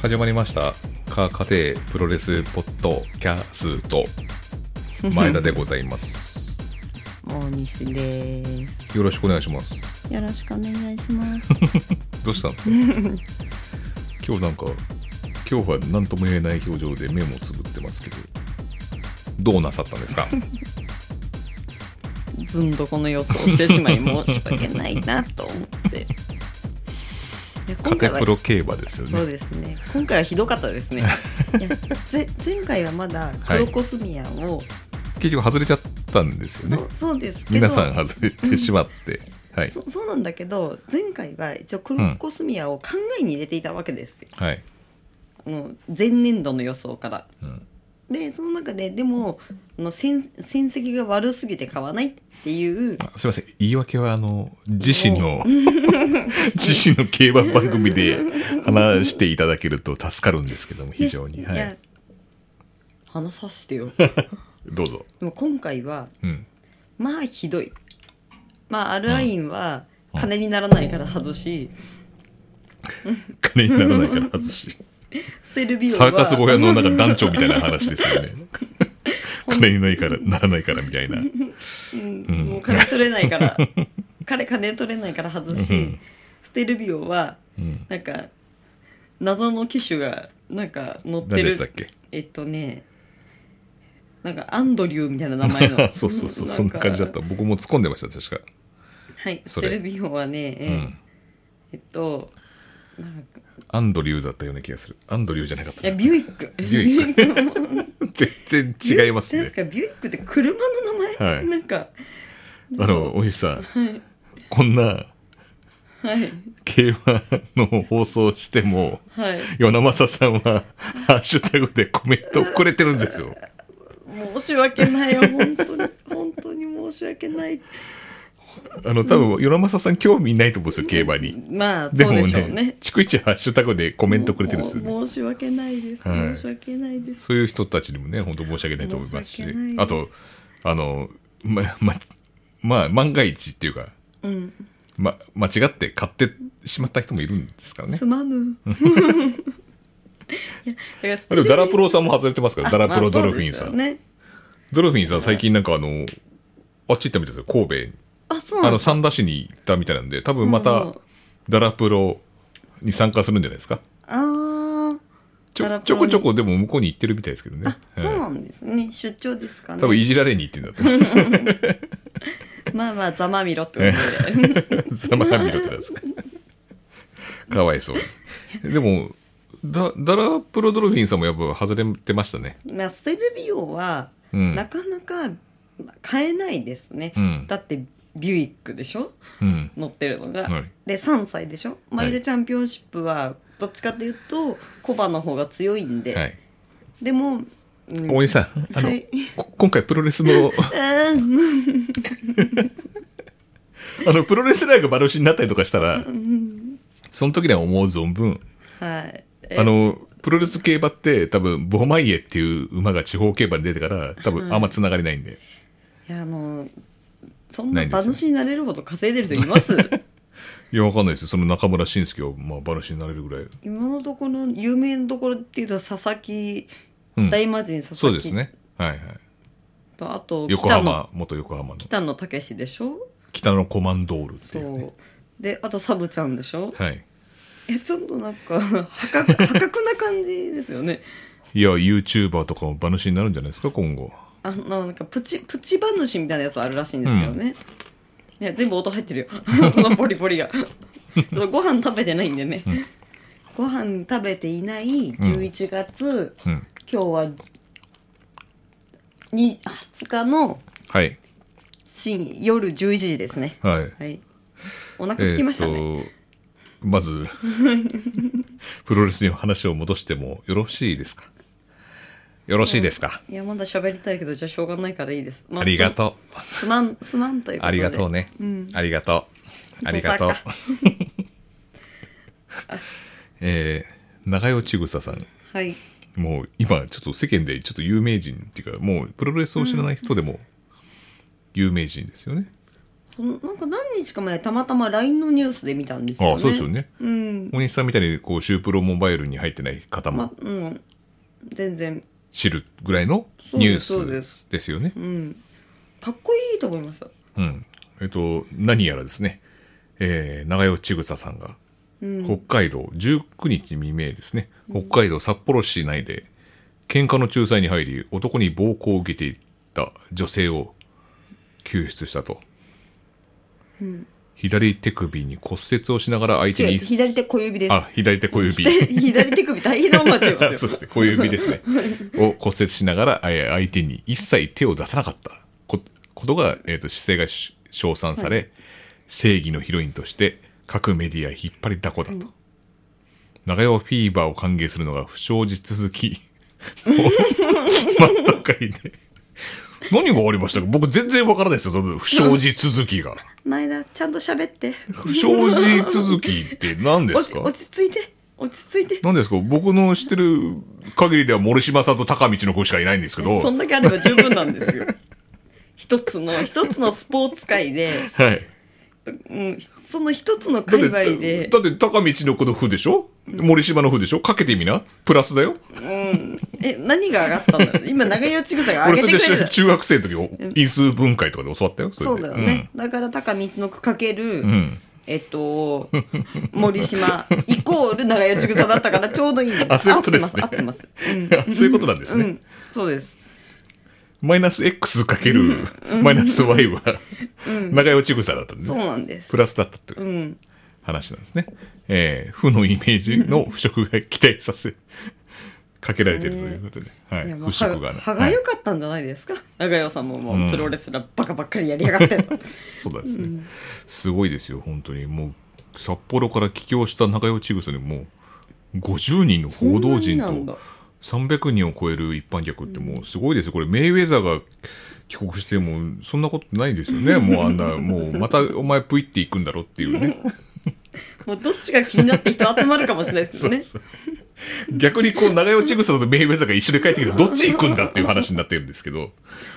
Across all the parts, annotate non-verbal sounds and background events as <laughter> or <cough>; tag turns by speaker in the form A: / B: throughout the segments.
A: 始まりました「か家庭プロレスポッドキャスト」前田でございます
B: <laughs> 大西です
A: よろしくお願いします
B: よろしくお願いします
A: <laughs> どうした
B: <laughs>
A: んですか今日なんか今日は何とも言えない表情で目もつぶってますけどどうなさったんで
B: <laughs>
A: すか
B: ずんどこの予想をしてしまい申し訳ないなと思ってで今回
A: 家庭
B: は
A: プロ競馬ですよ
B: そう
A: ね
B: ですね今回はひどかったです
A: <laughs>
B: ねいやぜ前回はまだクロコスミアを、
A: 結局外れちゃったんですよね
B: そうそうですけど
A: 皆さん外れてしまって、はい
B: そそうなんだけど前回は一応クロコスミアを考えに入れていたわけですよ、
A: はい、
B: あの前年度の予想から
A: うん
B: でその中ででもあの戦戦績が悪すぎて買わないっていう
A: あすいません言い訳はあの自
B: <laughs>
A: 身の自身の競馬番組で話していただけると助かるんですけども非常に、
B: ね
A: はいい
B: や、話させて
A: <laughs>
B: よ
A: どうぞ、
B: でも今回は
A: うん、
B: まあひどいまあアルアインは金にならないから外し、
A: 金にならないから外し
B: ステルビオ
A: サーカス小屋
B: は
A: のなんか団長みたいな話ですよね金にないからならないからみたいな
B: <laughs> うん
A: うん
B: もう金取れないから
A: <laughs>
B: 彼金取れないから外し、
A: うん
B: ステルビオは
A: うん
B: なんか謎の機種がなんか乗って
A: 何で
B: る
A: したっけ
B: えっとねなんかアンドリューみたいな名前の
A: <laughs> そうそうそうそんな感じだった僕も突っ込んでました確か、
B: はいス
A: それ
B: テルビオはね、え
A: うん、
B: えっとなんか
A: アンドリューだったような気がするアンドリューじゃなかっ
B: い
A: た
B: や
A: な
B: ビュイック
A: ビュイッ
B: ック
A: 全然違いますね
B: 確かビュイックって車の名前、
A: はい
B: なんか
A: あのおじさん
B: はい
A: こんな
B: はい
A: 競馬の放送をしても
B: はい
A: 与那正さんはハッシュタグでコメントをくれてるんですよ
B: 申し訳ないよ本当に本当に申し訳ない
A: あの多分与那正さん興味ないと思うんですよ競馬に
B: まあ
A: で
B: そう
A: も
B: でしょう
A: ね
B: ね
A: 逐一ハッシュタグでコメントくれてるんですよね
B: もう申し訳ないです、
A: はい
B: 申し訳ないです
A: そういう人たちにもね、本当申し訳ないと思います
B: 申
A: し、
B: し訳ないです
A: あと、あの、ま、ま、まあ、万が一っていうか、
B: うん
A: ま、間違って買ってしまった人もいるんですからね
B: す。まぬいやだから
A: あでも、ダラプロさんも外れてますから、
B: あ
A: ダラプ
B: ま
A: ロ
B: あそ
A: ド
B: う
A: ルフィンさ
B: です
A: ん。
B: よね
A: ドルフィンさん、最近なんかあの、あっち行ったみたいですよ、神戸に。
B: あそうな
A: あ
B: ん
A: の、
B: ですか
A: 三田市に行ったみたいなんで、多分ま
B: うんう
A: た
B: ん、
A: ダラプロに参加するんじゃないですか。
B: あー
A: ち
B: ダラ
A: ょ、
B: プ
A: ち
B: ロ
A: ょ
B: に
A: こちょこでも向こうに行ってるみたいですけどね。
B: あ
A: は
B: そ
A: い
B: うなんですね、出張ですかね
A: 多分いじられに行ってんだと思います。
B: <laughs> まあまあざまみろってことで
A: <laughs> ざまみろってなんですか。かわいそうに。でも、だ、ダラプロドルフィンさんもやっぱ外れてましたね。
B: まあセルビオは
A: うん
B: なかなか買えないですね、
A: うん
B: だってビュイックでしょ
A: うん。
B: 乗ってるのが、
A: はい
B: で3歳でしょマイルチャンピオンシップはどっちかというとコバの方が強いんで、
A: はい。
B: でも、うん
A: 大西さん、あの、 <laughs>
B: はい
A: こ今回プロレスの、 <laughs>
B: うん
A: あの、プロレスラーが丸押しになったりとかしたら、その時には思う存分、
B: はいえ
A: あの、プロレス競馬って多分、ボマイエっていう馬が地方競馬に出てから、多分あんま繋がりないんで。
B: いやあのそんな
A: な
B: い
A: んですよ
B: 馬主になれるほど稼いでる人います
A: <laughs> いや、わかんないですよ。その中村慎介を、まあ、馬主になれるぐらい。
B: 今のところ有名どころっていうと佐々木、
A: うん
B: 大魔神佐
A: そう
B: 々
A: で
B: 木
A: すね。はいはい。
B: とあと
A: 横
B: 北野
A: 浜、元横浜の
B: 北野武でしょ
A: 北のコマンドールって
B: そ
A: いうう、ね。
B: であとサブちゃんでしょ
A: はい。
B: えちょっとなんか破格 <laughs> 破格な感じですよね
A: いや、YouTuber とかも馬主になるんじゃないですか、今後。
B: あのなんかプチプチ馬主みたいなやつあるらしいんですけどね、いや全部音入ってるよ <laughs> そのポリポリ
A: <laughs>
B: がそのご飯食べてないんでね、ご飯食べていない11月、
A: うん。
B: 今日はに20日の
A: はい。
B: 深夜11時ですね
A: はい。
B: はいお腹空きましたね、
A: えーっと、
B: <laughs>
A: まず、プロレスに話を戻してもよろしいですかよろしいですか、
B: いやまだ喋りたいけどじゃあしょうがないからいいです、ま
A: ありがとう。
B: うすまんすまんということで
A: ありがとうね。
B: うん
A: ありがとう。ありがとう <laughs>
B: どうぞ。
A: えー、長与千草さん。
B: はい
A: もう今ちょっと世間でちょっと有名人っていうかもうプロレスを知らない人でも有名人ですよね、
B: そのなんか何日か前たまたま LINE のニュースで見たんですよね
A: ああそうですよね
B: うん
A: 大西さんみたいにこうシュープロモバイルに入ってない方
B: ま
A: も
B: うん全然
A: 知るぐらいの
B: そう
A: ニュ
B: で
A: ー
B: すそうで
A: ス
B: す
A: ですよね
B: うんかっこいいと思いました
A: うんえっと何やらですね、えー、長与千草さんが
B: うん
A: 北海道19日未明ですね北海道札幌市内で喧嘩の仲裁に入り男に暴行を受けていた女性を救出したと、左手首に骨折をしながら相手
B: 違
A: に
B: う左手小指です
A: あ左手
B: <laughs>
A: 小指 <laughs>
B: 左手首大変なもんになっちゃいます
A: そ
B: よ
A: うですね小指ですねを骨折しながらえー相手に一切手を出さなかったこことが、えー、と姿勢がし称賛され、正義のヒロインとして各メディア引っ張りだこだと、長屋フィーバーを歓迎するのが不祥事続き <laughs> 真っ赤いね何がありましたか僕全然わからないですよその不祥事続きが
B: 前田ちゃんと喋っ
A: <laughs>
B: て
A: 不祥事続きって何で
B: 落
A: す
B: ち
A: か
B: 落ち着いて落ち着いて
A: なんですか僕の知ってる限りでは森島さんと高道の子しかいないんですけど。
B: そ
A: は
B: んだけあれば十分なんですよ一つの一つのスポーツ界で、
A: い。
B: うん、その一つの
A: だっ
B: 界
A: て、
B: 隈で
A: だって高道の子の風でしょ森島の風でしょかけてみな。プラスだよ。
B: え何が上がったん
A: <laughs>
B: だろう今長与千草が上
A: 俺そ
B: げ
A: れ
B: て
A: で
B: くれる
A: <laughs> 中学生の時、因数分解とかで教わったよ。
B: そ
A: れ
B: う
A: で
B: だよね、だから高道の句かける、
A: うん。うん。
B: えっと森
A: <laughs>
B: 島イコール長与千草だったからちょうどいいんです
A: あそういうことですね
B: 合ってます合ってます、
A: <laughs> あそういうことなんです
B: うんう
A: ね。
B: ん、そうです
A: マイナス X かけるマイナス Y は、長与ちぐさだったんです
B: そう
A: ね。
B: なんです
A: プラスだったっていう
B: うん
A: 話なんですね。えー負のイメージの腐食が期待させ、 <laughs> かけられてるということで。はいい。
B: やまあ
A: 腐食が
B: 歯
A: ね。
B: が歯
A: は
B: が
A: い
B: 良かったんじゃないですか、長与さんもも
A: うん
B: うプロレスラーバカばっかりやりやがって、
A: そうなんですね、すごいですよ本当にもう札幌から帰郷した中代千草にもう50人の報道陣
B: そんなになんだ
A: と300人を超える一般客ってもうすごいですよこれメイウェザーが帰国してもそんなことないですよねもうあんなもうまたお前プイっていくんだろっていうね
B: もうどっちが気になって人集まるかもしれないですよね
A: そうそう逆にこう長代千草とメイウェザーが一緒に帰ってきてどっち行くんだっていう話になってるんですけど <laughs>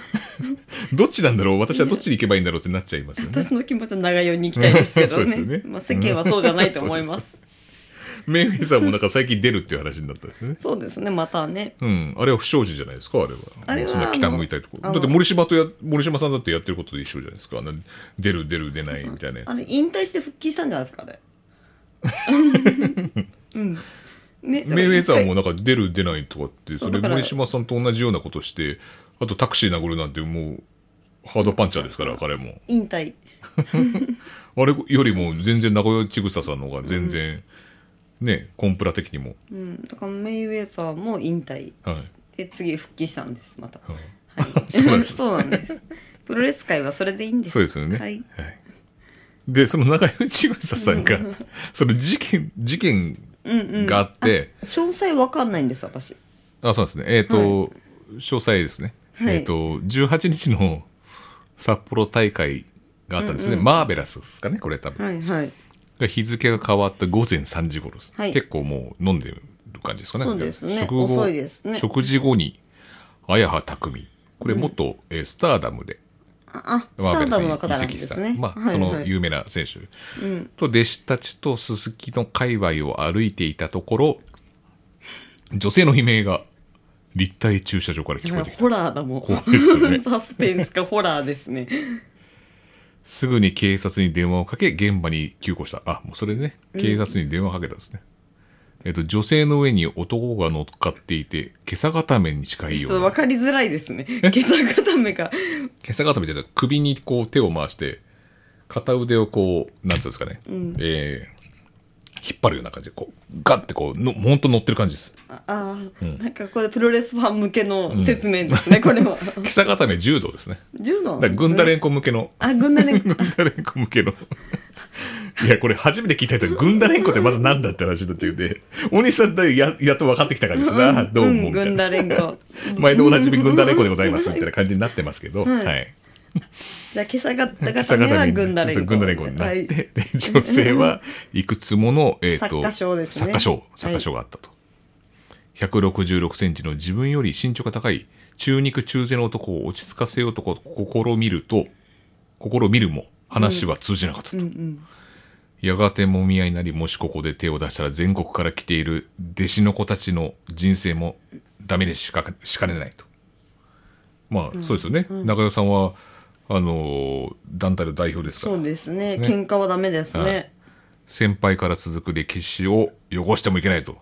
A: どっちなんだろう私はどっちに行けばいいんだろうってなっちゃいますよね
B: 私の気持ちは長与に行きたいですけど
A: <laughs> そうです
B: ね
A: よね
B: まあ、世間はそうじゃないと思います
A: メイウェザーもなんか最近出るっていう話になったんですね
B: そうですねまたね
A: うん、あれは不祥事じゃないですか、あれは。
B: あれは
A: そんな北向いたりとか。
B: あ
A: だ
B: の
A: って森島とや、森島さんだってやってることと一緒じゃないですか。あの出る出る出ないみたいなや
B: あ
A: つ。
B: れ引退して復帰したんじゃないですか
A: <laughs>
B: ねうんね
A: メイウェザーも
B: う
A: なんか出る出ないとかって、
B: そ
A: そうれ
B: だから
A: 森島さんと同じようなことして、あとタクシー殴るなんてもう、ハードパンチャーですから、彼も。
B: 引退
A: あれよりも全然名古屋千草さんの方が全然、ね、コンプラ的にも。
B: うんだからメイウェザーも引退
A: はい。
B: で次復帰したんですまた、
A: はい
B: はい、
A: そうなんです
B: <laughs> そうなんですプロレス界はそれでいいんです
A: そうですよね。
B: はい、
A: で、その中山千草さんが、その事件、事件があって、
B: 詳細わかんないんです私
A: あ、そうですね。えっ、と、詳細ですね。
B: はい
A: えっ、と、18日の札幌大会があったんですね。マーベラスですかね、これ多分。
B: はいはい
A: が日付が変わった午前3時頃です、
B: はい
A: 結構もう飲んでる感じですかね。
B: そうですね
A: 食後
B: 遅いですね
A: 食事後に、綾葉匠。これ元、えースターダムで、
B: ああスタ
A: マーベ
B: ー
A: ラ
B: ダ
A: ス
B: ム
A: に
B: の方な
A: 移
B: んで
A: 籍した、
B: すね
A: まあ、
B: はい
A: そ
B: は
A: の
B: い
A: 有名な選手。
B: うん
A: と弟子たちとすすきの界隈を歩いていたところ女性の悲鳴が立体駐車場から聞こえてきた
B: ホラーだもん
A: 怖いですよね
B: <laughs> サスペンスかホラーですね
A: すぐに警察に電話をかけ現場に急行したあもうそれでね警察に電話をかけたんですね、えっと女性の上に男が乗っかっていて袈裟固めに近い
B: ちょっ
A: よ
B: と
A: う
B: 分
A: な
B: かりづらいですね今朝固めが
A: 袈裟固めって首にこう手を回して片腕をこうなんつうんですかね、えー引っ張るような感じでこうガッてこうのほんと乗ってる感じです
B: ああー、なんかこれプロレスファン向けの説明です
A: <laughs>
B: ね、これは
A: 袈裟固め柔道ですね
B: 柔道なん
A: だ
B: です、
A: か
B: ね、
A: ら軍団連呼向けの、
B: あ軍団連
A: <laughs> 軍団連呼向けの。いや、これ初めて聞いた人、軍団連呼ってまずなんだって話になっちゃうんで、大西さんだややっと分かってきた感じですな、どうも、
B: ん
A: みたい
B: 軍
A: な。
B: 団連合
A: 毎度おなじみ軍団連呼でございます、みたいな感じになってますけど、
B: はい
A: はい。
B: じゃあ今朝固
A: 朝方
B: めは
A: に
B: 軍団連
A: そ
B: 合
A: う軍団連合になっ
B: はい
A: て、で女性はいくつもの、えーと
B: 作家賞ですね
A: 作家賞
B: は
A: 作
B: い
A: 家賞があったと、166センチの自分より身長が高い中肉中背の男を落ち着かせようとこ試みると試みるも話は通じなかったと、
B: うんうん
A: やがてもみ合いになりもしここで手を出したら全国から来ている弟子の子たちの人生もダメでしかしかねないとまあそうですよね、中田さんはあのー団体の代表ですから
B: そうですね
A: ね
B: 喧嘩はダメですね、
A: はい先輩から続く歴史を汚してもいけないと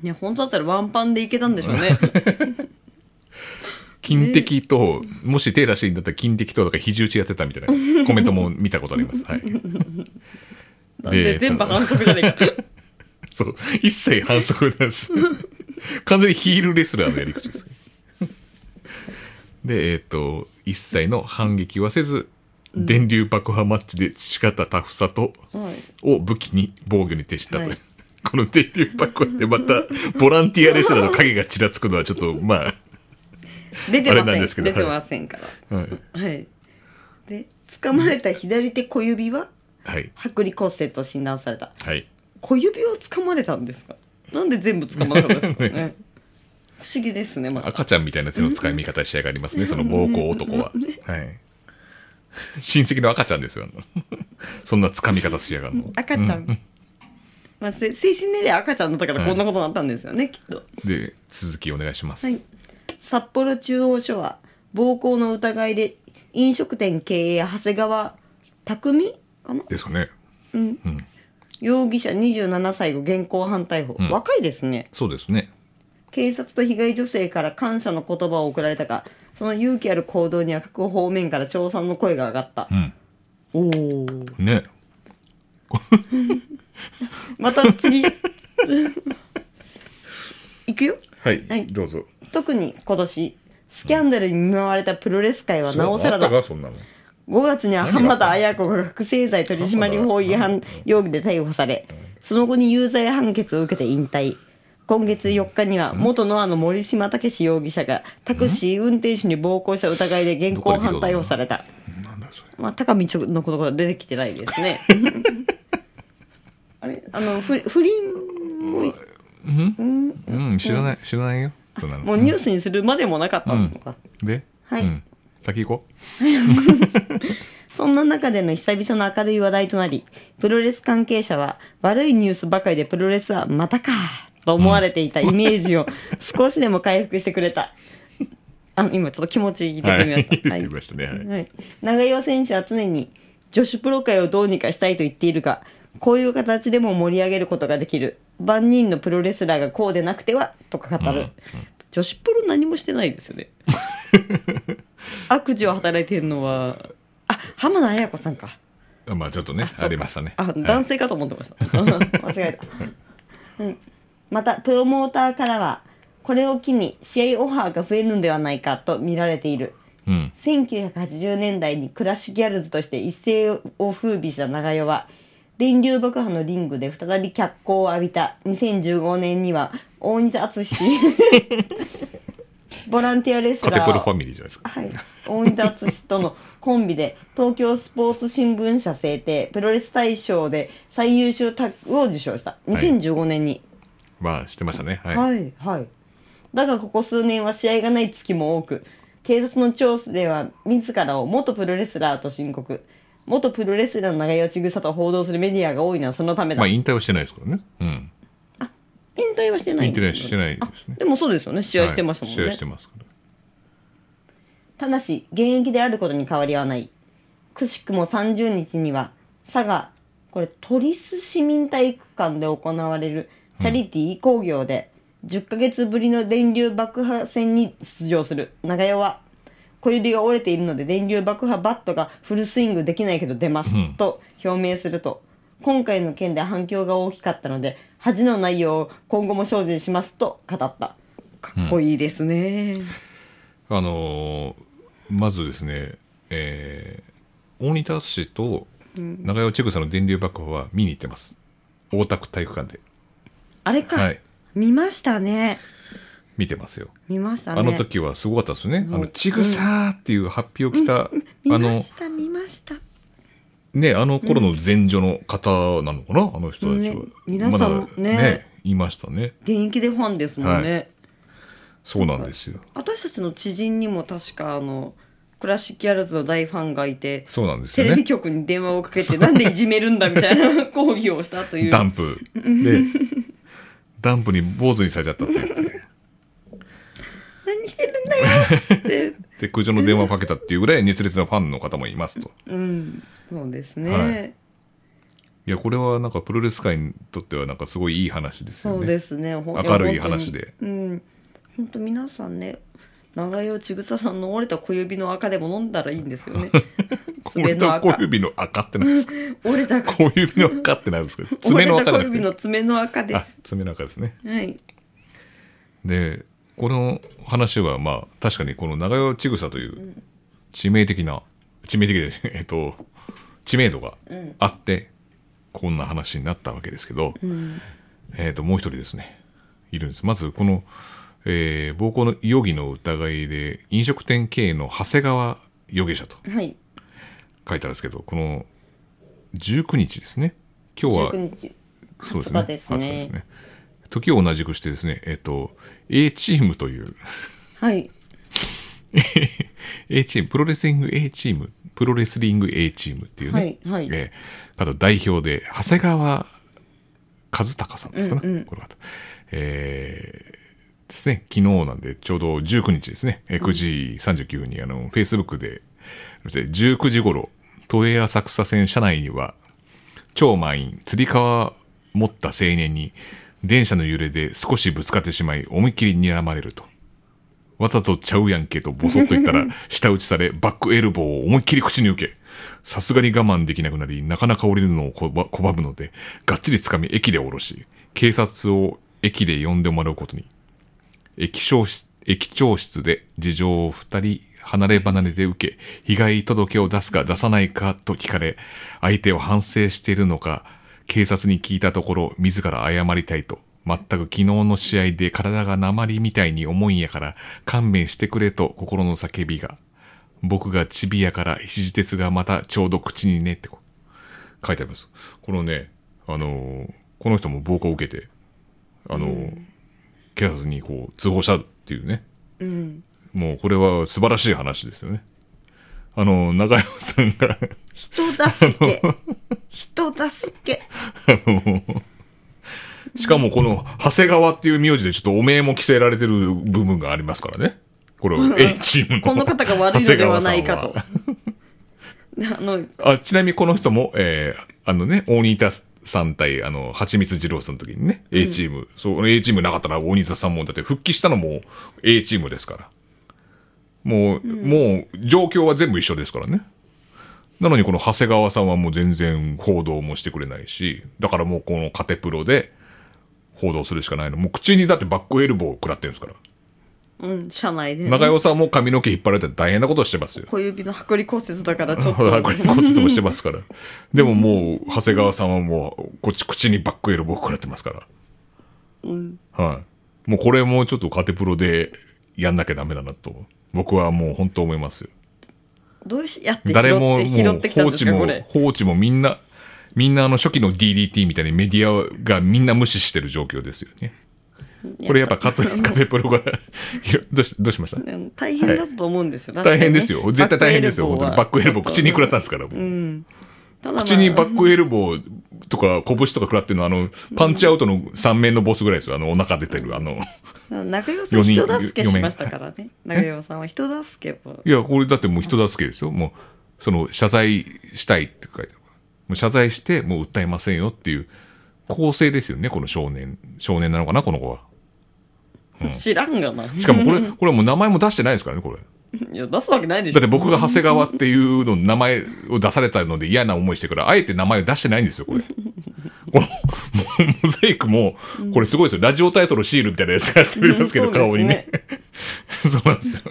B: いや本当だったらワンパンでいけたんでしょうね
A: <laughs> 金敵と、もし手出していいんだったら金敵とだから肘打ちやってたみたいなコメントも見たことあります。はい、
B: なんで全部反則じゃない
A: <laughs>
B: か
A: そう一切反則なんです。完全にヒールレスラーのやり口です。で、えっ、と、一切の反撃はせず、電流爆破マッチで培ったタフさと、
B: はい
A: を武器に防御に徹したという。
B: はい
A: この電流爆破でまたボランティアレスラーの影がちらつくのはちょっとまあ、
B: 出て
A: あれ
B: ま
A: なん
B: せん
A: ですけ
B: 出
A: ど
B: てませんから
A: はい、
B: はい。で、掴まれた左手小指は
A: はい、
B: 剥離骨折と診断された。
A: はい。
B: 小指を掴まれたんですか。なんで全部掴まれたんです
A: <laughs>
B: かね。不思議ですね。また。
A: 赤ちゃんみたいな手の使い見方しやがります <laughs> ね、その暴行男は。はい。親戚の赤ちゃんですよ。あのそんな掴み方しやがるの。
B: 赤ちゃん。まあ、せ精神年齢赤ちゃんだったからこんなことになったんですよね、きっと。
A: で、続きお願いします。
B: はい。札幌中央署は暴行の疑いで飲食店経営長谷川匠かな
A: ですかね。
B: 容疑者27歳を現行犯逮捕、
A: ん
B: 若いですね
A: そうですね。
B: 警察と被害女性から感謝の言葉を送られたがその勇気ある行動には各方面から調賛の声が上がった
A: う、ん。
B: おお
A: ね。
B: また次いくよ
A: はい、
B: はい
A: どうぞ。
B: 特に今年スキャンダルに見舞われたプロレス界はなおさらだ5
A: がそんなの。
B: 月には浜田綾子が覚醒剤取締法違反容疑で逮捕されその後に有罪判決を受けて引退今月4日には元ノアの森島武容疑者がタクシー運転手に暴行した疑いで現行犯逮捕された
A: なんだそれ。
B: まあ、高見ちょのことが出てきてないですね。あれ、あの、ふ、不倫も、
A: うん、知らない、知らないよ。そんなの。
B: もうニュースにするまでもなかったのか。
A: で、
B: はい
A: うん先行こ
B: そんな中での久々の明るい話題となり、プロレス関係者は悪いニュースばかりでプロレスはまたかと思われていたイメージを少しでも回復してくれた。あ今ちょっと気持ち入
A: う。
B: れてみました。
A: はい。出てきましたね。はい。
B: はい、長岩選手は常に女子プロ界をどうにかしたいと言っているがこういう形でも盛り上げることができる万人のプロレスラーがこうでなくてはとか語る、女子プロ何もしてないですよ
A: <laughs>
B: ね悪事を働いてるのはあ浜田綾子さんか
A: あまあ、ちょっとね、ありましたね。
B: あ
A: はい
B: 男性かと思ってました、 <laughs> 間違えた、うん、またプロモーターからはこれを機に試合オファーが増えるのではないかと見られている
A: うん。
B: 1980年代にクラッシュギャルズとして一世を風靡した長与は電流爆破のリングで再び脚光を浴びた2015年には大西
A: <laughs>
B: 淳ボランティアレス
A: カテ
B: ラ
A: プロフ
B: ー
A: ァ
B: を
A: ミリーじゃないですか。
B: はい、大西淳とのコンビで東京スポーツ新聞社制定プロレス大賞で最優秀タッグを受賞した2015年に、
A: まあ、してましたね。はい。
B: はいはいだがここ数年は試合がない月も多く警察の調査では自らを元プロレスラーと申告元プロレスラーの長与千草と報道するメディアが多いのはそのためだ、
A: まあ、引退はしてないですからね。うん。
B: 引退はしてない
A: 引退はしてないですね
B: あでもそうですよね試合してましたもんね、
A: はい試合してますから。
B: ただし現役であることに変わりはないくしくも30日には佐賀これ鳥栖市民体育館で行われるチャリティー興行で、10ヶ月ぶりの電流爆破戦に出場する長代は小指が折れているので電流爆破バットがフルスイングできないけど出ます、
A: うん
B: と表明すると今回の件で反響が大きかったので恥の内容を今後も精進しますと語ったかっこいいですね、
A: あのーまずですね、えー、大仁田淳と長与千草の電流爆破は見に行ってます大田区体育館で
B: あれか、
A: はい
B: 見ましたね
A: 見てますよ
B: 見ましたね
A: あの時はすごかったですよね「あのちぐさ」っていう発表を着た、あ
B: 見ま
A: の
B: した見ました
A: ねあの頃の前女の方なのかな、あの人たちは、
B: ね皆さん
A: まだ
B: ね
A: いましたね
B: 現役でファンですもんね、
A: そうなんですよ
B: 私たちの知人にも確かあのクラシックヤルズの大ファンがいて、
A: そうなんです
B: テ
A: よ
B: レビ
A: ね。
B: 局に電話をかけてなんでいじめるんだみたい
A: <laughs>
B: な抗議をしたという
A: ダンプ。で、ダンプに坊主にされちゃったって言って。
B: 何してるんだよっつって、
A: で、苦情の電話をかけたっていうぐらい熱烈なファンの方もいますと。
B: うん、そうですね、
A: はいいや、これはなんかプロレス界にとってはなんかすごいいい話ですよ
B: そう
A: ね
B: で。すねほ
A: 明るい
B: や
A: 話で
B: 本当にうん本当皆さんね長与千草さんの折れた小指の赤でも飲んだらいいんですよ
A: <laughs>
B: ね
A: 俺
B: 爪の
A: と
B: 赤
A: 小指の赤ってなんですか
B: 折れた小
A: 小指の赤ってなんですか爪の赤じ
B: 折れた小
A: ゃなく
B: 指
A: て。
B: の爪の赤で
A: あ
B: す、
A: 爪の赤ですね。
B: はい
A: で、この話はまあ確かにこの長与千草という致命的な、致命的で、 <laughs> えっと、知名度が
B: うん
A: あって、こんな話になったわけですけど、
B: うん
A: えー、ともう一人ですねいるんですまずこの、えー暴行の容疑の疑いで飲食店経営の長谷川容疑者と
B: はい
A: 書いてあるんですけどこの19日ですね今日は
B: 19日
A: そう
B: 20日ですね
A: 20時を同じくしてですねえっ、と A チームという
B: はい、
A: A チームプロレスリング A チームプロレスリング A チームっていうね、
B: はいはい
A: えー方代表で長谷川和孝さんですかね、
B: うんうん
A: この方、えーですね昨日なんでちょうど19日ですね、えー9時39分にあの Facebook で19時頃都営浅草線車内には超満員つり革を持った青年に電車の揺れで少しぶつかってしまい思いっきり睨まれると。わざとちゃうやんけとボソッと言ったら舌打ちされバックエルボーを思いっきり口に受けさすがに我慢できなくなりなかなか降りるのをこば拒むのでがっちりつかみ駅で降ろし警察を駅で呼んでもらうことに駅長室駅長室で事情を2人離れ離れで受け被害届を出すか出さないかと聞かれ相手を反省しているのか警察に聞いたところ自ら謝りたいと全く昨日の試合で体が鉛みたいに重いんやから勘弁してくれと心の叫びが僕がチビやから肘鉄がまたちょうど口にねってこう書いてありますこのねあのーこの人も暴行を受けてあのー、警察にこう通報したっていうね
B: うん、
A: もうこれは素晴らしい話ですよねあの長山さ
B: <laughs>
A: んが
B: 人助け人助け
A: あのしかもこの長谷川っていう名字でちょっとお名も着せられてる部分がありますからねこれ A チームの
B: この方が悪いのではないか
A: 長谷川さん
B: と
A: は
B: あの
A: あちなみにこの人も、えーあのね、大新田さん対、あの、蜂蜜二郎さんの時にね、A チーム、そう、A チームなかったら大新田さんも、だって復帰したのも A チームですから。もう、もう、状況は全部一緒ですからね。なのにこの長谷川さんはもう全然報道もしてくれないし、だからもうこのカテプロで報道するしかないの。もう口にだってバックエルボーを食らってるんですから。
B: うん社内でね、
A: 中尾さんも髪の毛引っ張られて大変なことをしてますよ。
B: 小指の剥離骨折だから
A: <laughs>
B: ちょっと
A: ほら、これ骨折もしてますから。でももう、長谷川さんはもう、こっち口にバックエルボー食らってますから。
B: うん
A: はい。もうこれもちょっとカテプロでやんなきゃダメだなと。僕はもう本当思いますよ。
B: どうしやって拾
A: 誰も
B: っ
A: も
B: て
A: う
B: 拾ってきた
A: 放
B: んです
A: 置
B: かこ
A: も
B: れ、
A: 放置もみんな、みんなあの初期の DDT みたいにメディアがみんな無視してる状況ですよね。これやっぱカテカテプロがいや <laughs> どうし、どうしました
B: うん大変だと思うんですよ、確か
A: 大
B: にね
A: 変ですよ。絶対大変ですよ。本当に。バックエルボー口に食らったんですすから。もう
B: うんただまあ
A: 口にバックエルボーとか拳とか食らってるのはあのパンチアウトの3面のボスぐらいですよあのお腹出てるあの
B: 中山さん
A: 四人
B: 人助けしましたからね中山さんは人助けを
A: いやこれだってもう人助けですよもうその謝罪したいって書いてあるもう謝罪してもう訴えませんよっていう構成ですよねこの少年少年なのかなこの子は
B: 知らんがな、
A: しかもこれこれはもう名前も出してないですからねこれ
B: いや出すわけないでし
A: だ
B: ょ
A: って僕が長谷川っていうの名前を出されたので嫌な思いしてからあえて名前を出してないんです
B: <laughs>
A: よこれこのもうモザイクもこれすごいですよラジオ体操のシールみたいなやつがやって
B: うん
A: るんですけど、
B: そうです
A: 顔にね <laughs> そうなんですよ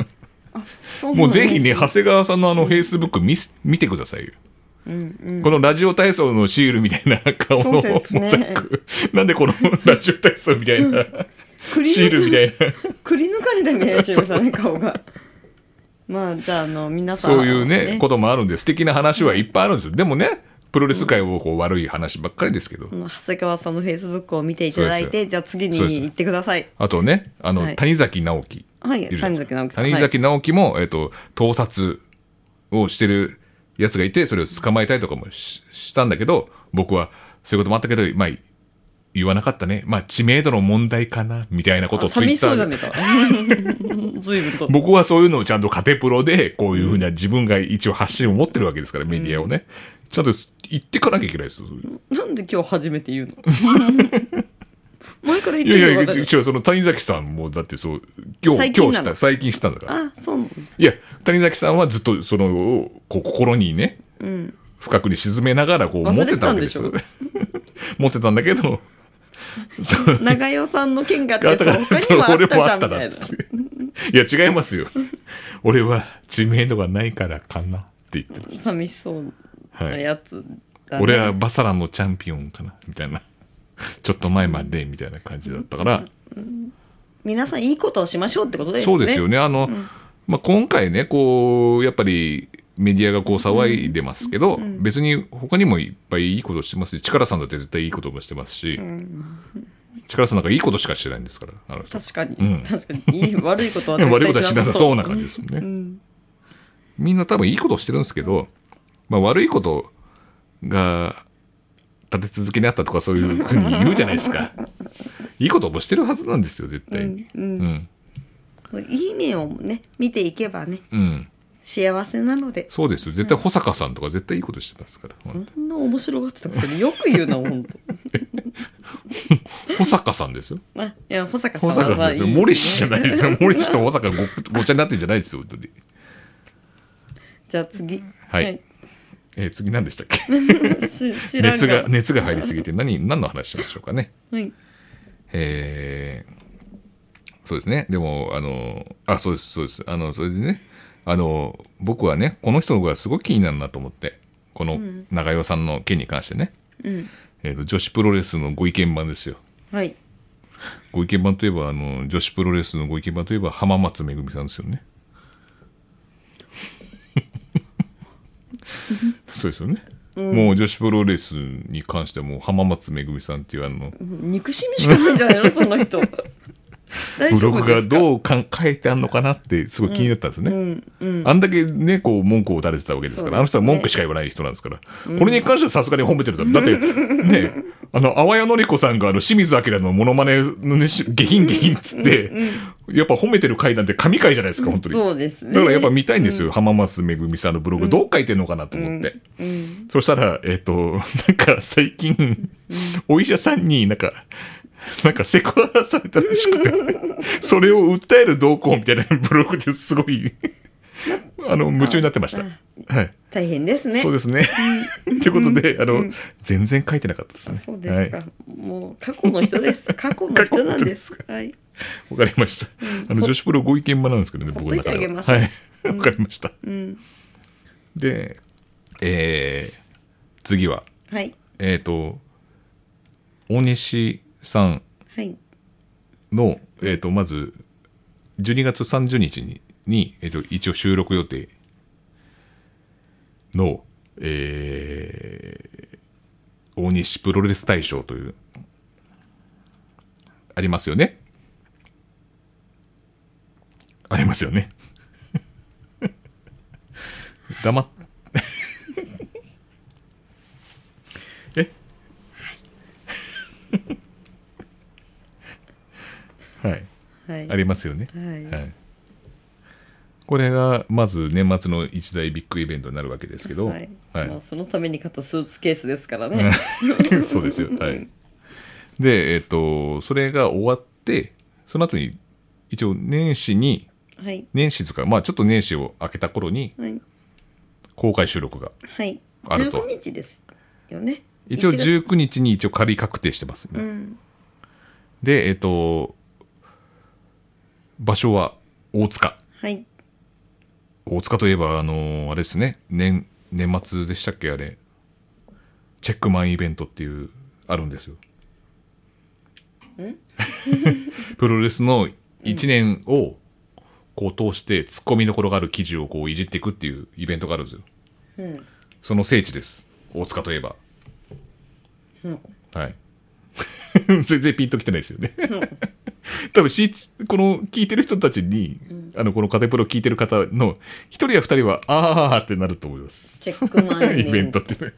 B: そうなん
A: もう
B: です
A: ぜ
B: <laughs>
A: ひね長谷川さんのあのフェイスブック見す見てくださいよこのラジオ体操のシールみたいな顔のモ
B: そ
A: ザ
B: う
A: イ
B: です
A: ク、
B: ね
A: なんでこのラジオ体操みたいな
B: くり
A: シールみたいな
B: くり抜かれたみたいになっちゃいましたね顔がまあじゃああの皆さん
A: そういうね、こともあるんで、素敵な話はいっぱいあるんですよ。でもね、プロレス界をこう悪い話ばっかりですけど
B: あ。の長谷川さんのフェイスブックを見ていただい
A: そうで
B: てじゃあ次に
A: そうです
B: 行ってください
A: あとね、あの、
B: はい
A: 谷崎直樹。
B: はい
A: いるじゃな
B: 谷崎
A: いですか
B: 直樹さん
A: 谷崎直樹も、えっと、盗撮をしてるやつがいてそれを捕まえたいとかもししたんだけど僕はそういうこともあったけどまあ言わなかったねまあ知名度の問題かなみたいなことを
B: あ
A: ツ
B: 寂
A: イッ
B: しそ
A: タ
B: うじゃ
A: ー
B: ねえか随分と
A: 僕はそういうのをちゃんとカテプロでこういうふうな自分が一応発信を持ってるわけですからメディアをね、ちゃんと言ってかなきゃいけないですよ
B: なんで今日初めて
A: <laughs>
B: 言うの前から言って
A: いやい
B: <laughs> る
A: や
B: のが分かる
A: 違うその谷崎さんもだってそう今日
B: 最
A: 今
B: 近な
A: 日し
B: の
A: た最近したんだから
B: あそうなの
A: いや谷崎さんはずっとそのこう心にね
B: うん
A: 深くに沈めながらこう持ってたわけですよ <laughs>
B: 忘れ
A: 持ってたんだけどそう
B: 長代さんの件があって
A: だ
B: そ
A: か
B: う
A: ら
B: 他にもあ
A: そう俺もあ
B: っ
A: った
B: た
A: な
B: じゃんみた
A: っ
B: いな
A: ていういや違いますよ俺は知名度がないからかなって言ってる、
B: 寂しそう
A: は
B: ないやつだ、ね
A: 俺はバサラのチャンピオンかなみたいなちょっと前までみたいな感じだったから
B: 皆さんいいことをしましょうってことですね
A: そうですよね。あの、まあ、今回ね、こう、やっぱり、メディアがこう騒いでますけど、別に他にもいっぱいいいことしてますし、力さんだって絶対いいこともしてますし、力さんなんかいいことしかしてないんですから、あの人
B: 確かに、
A: うん
B: 確かにいい悪いことは
A: で
B: 絶
A: も
B: 対
A: <laughs> 悪いことはしなさそうな感じ
B: で
A: ですもんね。
B: ん
A: みんな多分いいことをしてるんですけど、まあ、悪いことが立て続けにあったとかそういうふうに言うじゃないですか。 <laughs> いいこともしてるはずなんですよ、絶対に。うん。
B: いい面をね見ていけばね
A: うん
B: 幸せなので
A: そうですよ絶対保坂さんとか絶対いいことしてますから、
B: そんな面白がってたくせによく言うな本 <laughs> 当
A: 保坂さんですよ
B: あいや保坂さん
A: <laughs> 保
B: は
A: 坂さんですよ
B: まあいい
A: 森氏じゃないですよ森氏と保坂ごごちゃになってんじゃないですよ本当に、
B: じゃあ次
A: はいえー次何でしたっ <laughs> け
B: はい <laughs> し知らん
A: 熱
B: が
A: が熱が入りすぎて何何の話しましょうかね
B: はい
A: えーそうですねでもあのあそうですそうですあのそれでねあの僕はねこの人がすごい気になるなと思ってこの長代さんの件に関してね、
B: うん
A: えーと女子プロレスのご意見番ですよ
B: はい
A: ご意見番といえばあの女子プロレスのご意見番といえば浜松めぐみさんですよね。 <laughs> そうですよね、もう女子プロレスに関してはもう浜松めぐみさんっていうあの
B: 憎しみしかないんじゃないのその
A: <laughs>
B: 人大
A: ブ
B: 丈
A: ロ
B: 夫
A: グ
B: で
A: が
B: すか
A: どうかん書いてあんのかなってすごい気になったんですよね、
B: うんうん
A: あんだけねこう文句を打たれてたわけですから
B: そうですね
A: あの人は文句しか言わない人なんですから、これに関してはさすがに褒めてるだろうだってねあの淡谷のり子さんがあの清水明のモノマネのねし下品下品っつって、やっぱ褒めてる回なんて神回じゃないですか本当に、
B: そうですね
A: だからやっぱ見たいんですよ、浜松めぐみさんのブログどう書いてんのかなと思って、
B: うん
A: そしたらえっ、と <laughs> なんか最近、お医者さんになんか <laughs> なんかセクハラされたらし
B: <laughs>
A: くてそれを訴える動向みたいなブログですごいあの夢中になってました。はい
B: 大変ですね
A: そうですね。 <laughs> ということで、あの、全然書いてなかったですね。
B: そうですか、
A: はい。
B: もう過去の人です過去の人なん
A: <laughs>
B: ですはい
A: わかりました。あの、女子プロご意見場なんですけどね、僕の中
B: ほっといてあげ
A: では。
B: ましょう
A: はい。わかりました。
B: うん
A: で、えー、次は、
B: はい
A: えっ、と、大西さん
B: はい
A: の、えっ、と、まず、12月30日に、にえっ、と、一応収録予定の、えー、大西プロレス大賞という、ありますよね。ありますよね。 <laughs> 黙っ。えはい。
B: はい
A: ありますよね。
B: はい
A: はい、これがまず年末の一大ビッグイベントになるわけですけど、
B: はい
A: はい
B: もうそのために買ったスーツケースですからね
A: <laughs> そうですよ。はい、で、えっとそれが終わってその後に一応年始に
B: はい
A: 年始とかまあちょっと年始を明けた頃に
B: はい
A: 公開収録が
B: はい
A: あると
B: 19日ですよね
A: 一応
B: 1月
A: 19日に一応仮確定してます、
B: うん
A: でえっ、と場所は大塚 <laughs>
B: はい
A: 大塚といえばあのーあれですね年年末でしたっけあれチェックマンイベントっていうあるんですよ
B: <laughs>
A: プロレスの1年をこう通してツッコミどころがある記事をこういじっていくっていうイベントがあるんですよ
B: うん
A: その聖地です大塚といえば
B: うん
A: はい <laughs> 全然ピンときてないですよね多分しこの聞いてる人たちにあのこのカテプロ聞いてる方の一人や二人はああってなると思います
B: チェックマン
A: イベントっていうのが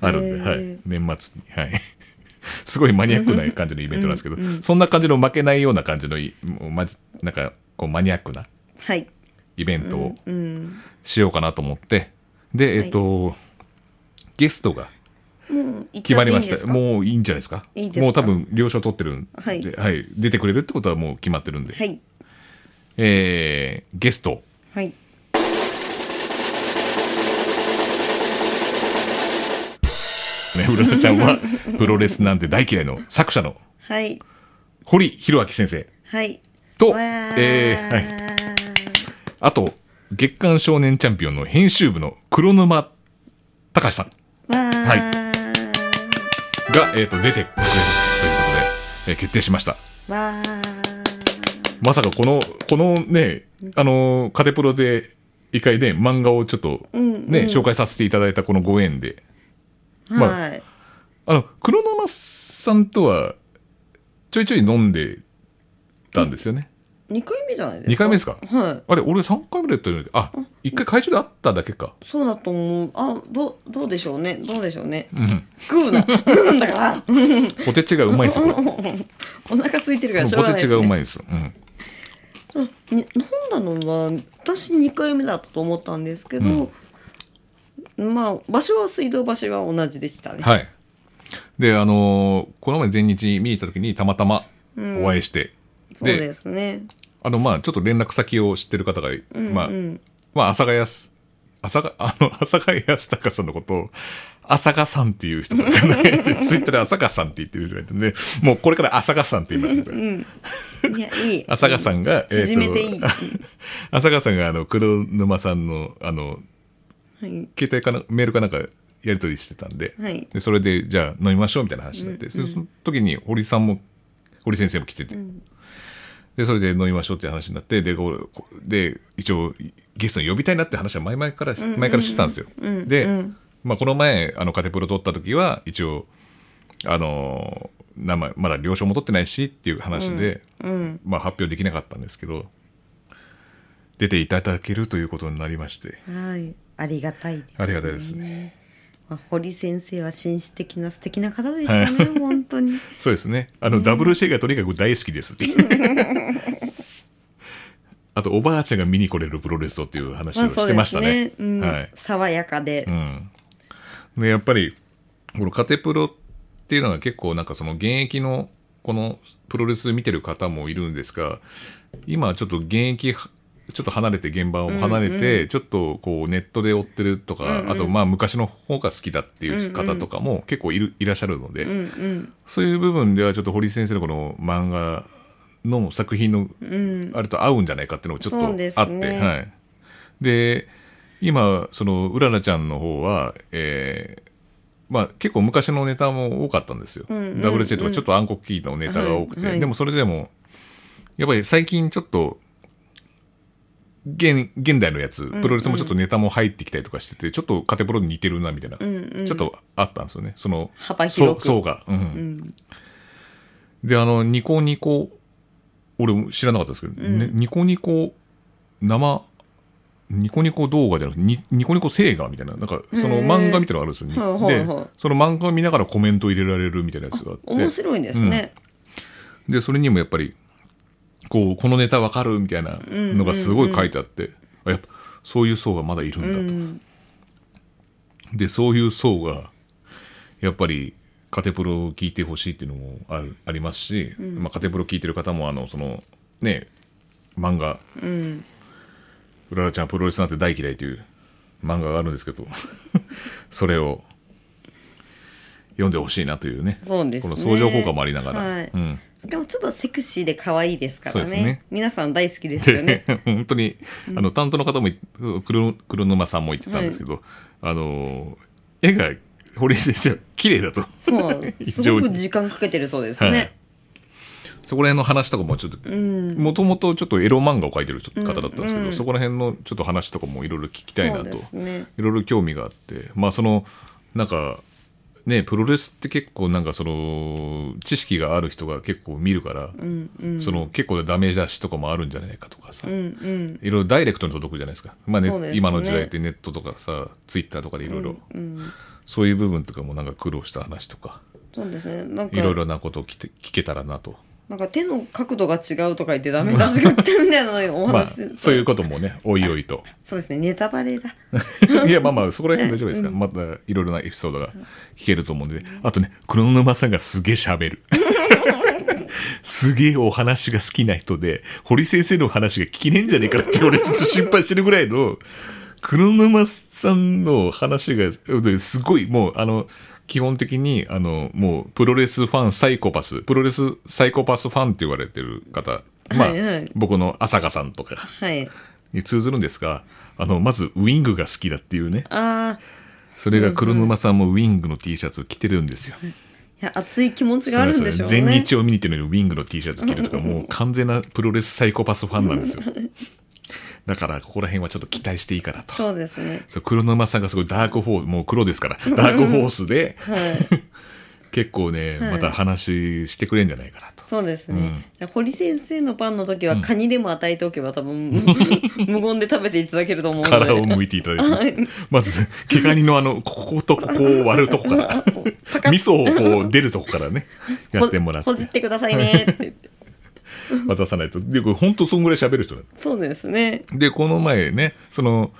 A: あるんで、
B: へ
A: はい
B: ー、
A: 年末に、はい、 <laughs> すごいマニアックな感じのイベントなんですけどそんな感じの負けないような感じのいもうまじなんかこうマニアックな
B: はい
A: イベントを
B: うん
A: しようかなと思って、でえっ、と、ゲストが
B: もう行っ
A: 決
B: ちゃ
A: ま
B: っていい
A: り
B: ん
A: ま
B: で
A: した
B: すか
A: もういいんじゃないですか
B: いいですか
A: もう多分了承取ってるんで、
B: はい
A: 出てくれるってことはもう決まってるんで、
B: はい
A: えーゲスト
B: はい
A: ね、うららちゃん
B: <laughs>
A: はプロレスなんて大嫌いの作者の
B: はい
A: 堀弘明先生
B: はい
A: と、
B: わー
A: えーはい、あと月刊少年チャンピオンの編集部の黒沼隆さん
B: わー
A: はいが、えー、と出てくれるということで、えー決定しました
B: わー
A: まさかこのこのねあのーカテプロで一回ね漫画をちょっとね、
B: うんうん
A: 紹介させていただいたこのご縁でまあ
B: はい
A: あの黒沼さんとはちょいちょい飲んでたんですよね、
B: 二回目じゃないですか
A: 二回目ですか
B: は
A: あれ俺3回目でやってるんだけどあ一回会場で会っただけか
B: いそうだと思うあどうどうでしょうねどうでしょうね
A: うん
B: 食うな食うんだから
A: ポテチがうまいですよこれ
B: お腹空いてるからしょう
A: ポ
B: がな
A: テ
B: いです、
A: チが
B: ね、
A: うまいですうん
B: に飲んだのは私2回目だったと思ったんですけど、まあ場所は水道橋は同じでしたね。
A: はいであのーこの前前日見に行った時にたまたまお会いして、
B: そうですね。
A: あのまあちょっと連絡先を知ってる方が、
B: うんうん
A: まあまあ、阿佐ヶ谷す、阿佐ヶ <laughs> あの、阿佐ヶ谷康隆さんのことを、阿佐ヶさんっていう人が
B: <laughs>
A: いて、ツイッターで阿佐ヶさんって言ってる人がいてね、もうこれから阿佐ヶさんって言いますけど、
B: いやいい。
A: <laughs> 阿佐ヶさんが、えーと
B: 縮めていい
A: <laughs> 阿佐ヶさんが、あの、黒沼さんの、あの、
B: はい
A: 携帯かな、メールかなんか、やり取りしてたんで、
B: はい
A: でそれで、じゃあ飲みましょうみたいな話になって、そその時に堀さんも、堀先生も来てて、で、それで飲みましょうっていう話になって、で、こうこうで、一応、ゲストに呼びたいなって話は前々から、前からしてたんですよ。で、まあ、この前、あの、カテプロ取った時は、一応、あのー名前、まだ了承も取ってないしっていう話で、まあ、発表できなかったんですけど、出ていただけるということになりまして、
B: はいありがたいです、ね。
A: ありがたいです
B: ね。まあ、堀先生は紳士的な素敵な方でしたね、本当
A: <laughs>
B: に。
A: そうですね。あの、WC がとにかく大好きですっていう <laughs> あと、おばあちゃんが見に来れるプロレスをっていう話をしてましたね。
B: そうですうん
A: はい。
B: 爽やかで、
A: うん、でやっぱりこのカテプロっていうのは結構なんかその現役のこのプロレス見てる方もいるんですが今はちょっと現役はちょっと離れて現場を離れて、ちょっとこうネットで追ってるとか、あとまあ昔の方が好きだっていう方とかも結構いる、いらっしゃるので、
B: うんうん
A: そういう部分ではちょっと堀先生のこの漫画の作品のあれと合うんじゃないかっていうのもちょっとあ
B: そう
A: って
B: ですね
A: はい、で今そのうららちゃんの方は、えーまあ、結構昔のネタも多かったんですよ、ダブルチェとかちょっと暗黒キーのネタが多くて、
B: はいはい
A: でもそれでもやっぱり最近ちょっと現現代のやつプロレスもちょっとネタも入ってきたりとかしてて、ちょっとカテプロに似てるなみたいな、ちょっとあったんですよねその
B: 幅広く
A: そう層が、うんであのニコニコ俺も知らなかったですけど、ね、ニコニコ生ニコニコ動画じゃなくてニニコニコ映画みたいななんかその漫画みたいなのがあるんですよね、
B: へーはいはいはい
A: でその漫画を見ながらコメントを入れられるみたいなやつがあって
B: 面白いですね。
A: でそれにもやっぱりこうこのネタわかるみたいなのがすごい書いてあって、あやっぱそういう層がまだいるんだと、でそういう層がやっぱりカテプロを聞いてほしいっていうのもあるありますし、まあ、カテプロ聞いてる方もあのそのね漫画「うららちゃんプロレスなんて大嫌い」という漫画があるんですけど <laughs> それを読んでほしいなというね
B: そうですね
A: この相乗効果もありながら、
B: はい
A: うん、
B: しかもちょっとセクシーで可愛いですから
A: そう
B: ね
A: ですね
B: 皆さん大好きですよね
A: で <laughs> 本当にあの担当の方もい黒黒沼さんも言ってたんですけど、あの絵が堀井先生は綺麗だと
B: そう
A: 非
B: す
A: 常
B: ご
A: に
B: く時間かけてるそうです
A: はい
B: ね、
A: そこら辺の話とかもちょっともともとちょっとエロ漫画を描いてる方だったんですけど、そこら辺のちょっと話とかもいろいろ聞きたいな
B: そう
A: と
B: ですね
A: いろいろ興味があってまあそのなんかねプロレスって結構なんかその知識がある人が結構見るから、
B: うんうん
A: その結構ダメ出しとかもあるんじゃないかとかさ、
B: うんうん
A: いろいろダイレクトに届くじゃないですか、まあね
B: そうですね
A: 今の時代ってネットとかさツイッターとかでいろいろ、
B: うん
A: そういう部分とかもなんか苦労した話とか
B: そうですねなんか
A: いろいろなことを聞け聞けたらなと、
B: なんか手の角度が違うとか言ってダメ出しが来たみたいなのをお
A: まあ、
B: 話しして、
A: そういうこと
B: <laughs>
A: もねおいおいと
B: そうですねネタバレだ
A: いやまあまあそこら辺大丈夫ですから、またいろいろなエピソードが聞けると思うんで、ね、あとね黒沼さんがすげえ喋
B: <laughs>
A: るすげえお話が好きな人で堀先生の話が聞きねえんじゃねえかなって俺ずっと心配してるぐらいの黒沼さんの話がすごいもうあの基本的にあのもうプロレスファンサイコパスプロレスサイコパスファンって言われてる方まあ、
B: はいはい
A: 僕の朝香さんとか
B: はい
A: に通ずるんですがあのまずウィングが好きだっていうね
B: ああ
A: それが黒沼さんもウィングの T シャツを着てるんですよ。
B: いや熱い気持ちがあるんでしょうね
A: 全日を見に行ってるのにウィングの T シャツ着る
B: <laughs>
A: とか、もう完全なプロレスサイコパスファンなんですよ。だから、ここら辺はちょっと期待していいかなと。
B: そうですね
A: そう黒沼さんがすごいダークホース、もう黒ですから、ダークホースで、
B: はい
A: 結構ね、
B: はい
A: また話してくれんじゃないかなと。
B: そうです
A: う
B: ね
A: ん、
B: じゃあ堀先生のパンの時はカニでも与えておけば多
A: <laughs>
B: 分無言で食べていただけると思うので
A: 殻を剥いていただ
B: はい
A: て
B: い。
A: まず、毛ガニのあの、こことここを割るとこから、味噌をこう出るとこからね、やってもらっ
B: <laughs>
A: て
B: ほほじってくださいねって言って
A: 渡さないと。で、これ本当そんぐらい喋る人だ
B: そうですね
A: でこの前ねその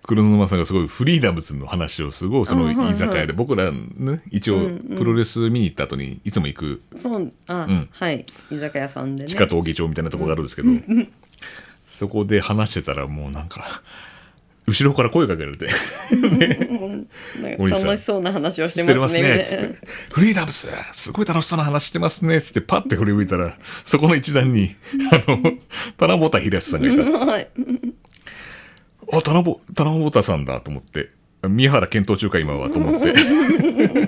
A: 黒沼さんがすごいフリーダムズの話をすごいその
B: あはいはい
A: 居酒屋で僕らね一
B: うん
A: 応
B: うん
A: プロレス見に行った後にいつも行く
B: そうあ、
A: ん
B: はい居酒屋さんでね
A: 地下闘技場みたいなとこがあるんですけどそこで話してたらもうなんか後ろから声かけられて
B: なんか
A: 森さん
B: 楽しそうな話をし
A: 「知
B: て
A: ってま
B: ますす
A: ね」
B: ね
A: っつって「フリーダムズすごい楽しそうな話してますね」っつってパッて振り向いたらそこの一段にあ
B: <laughs>
A: の田中田秀さんがいた
B: はい
A: あ、田中、田中ボタさんだと思って。宮原検討中か、今は、と思って。 <laughs>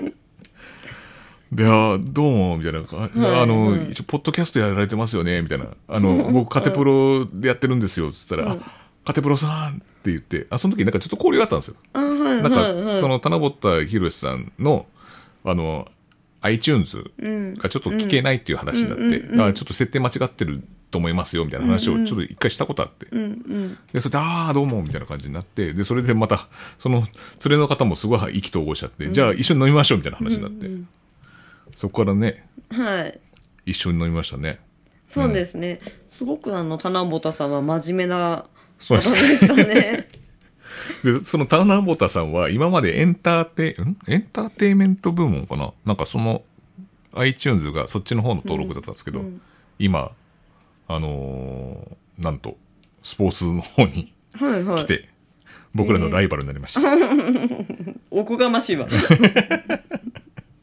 A: で、あ、どうも、みたいな。あ
B: はい
A: あの、
B: はい
A: 一応、ポッドキャストやられてますよね、みたいな。あの、僕、カテプロでやってるんですよ、つったら、あ、カテプロさんって言って、あ、その時なんかちょっと交流があったんですよ。
B: あはい
A: なんか、
B: はいはい
A: その、田中田博さんの、あの、iTunes がちょっと聞けないっていう話になって、あちょっと設定間違ってると思いますよ、みたいな話をちょっと一回したことあって。
B: うんうん
A: で、それで、ああ、どうも、みたいな感じになって、で、それでまた、その、連れの方もすごい意気投合しちゃって、じゃあ一緒に飲みましょう、みたいな話になって、そこからね、
B: はい
A: 一緒に飲みましたね。
B: そうですね、すごくあの田中田さんは真面目な
A: そうです
B: 方でしたね
A: で、そのタナボタさんは、今までエンターテイ、んエンターテイメント部門かななんかその、iTunes がそっちの方の登録だったんですけど、今、あのーなんと、スポーツの方に
B: はいは
A: <laughs> 来
B: い
A: て、僕らのライバルになりました。
B: おこがま
A: <laughs>
B: しいわ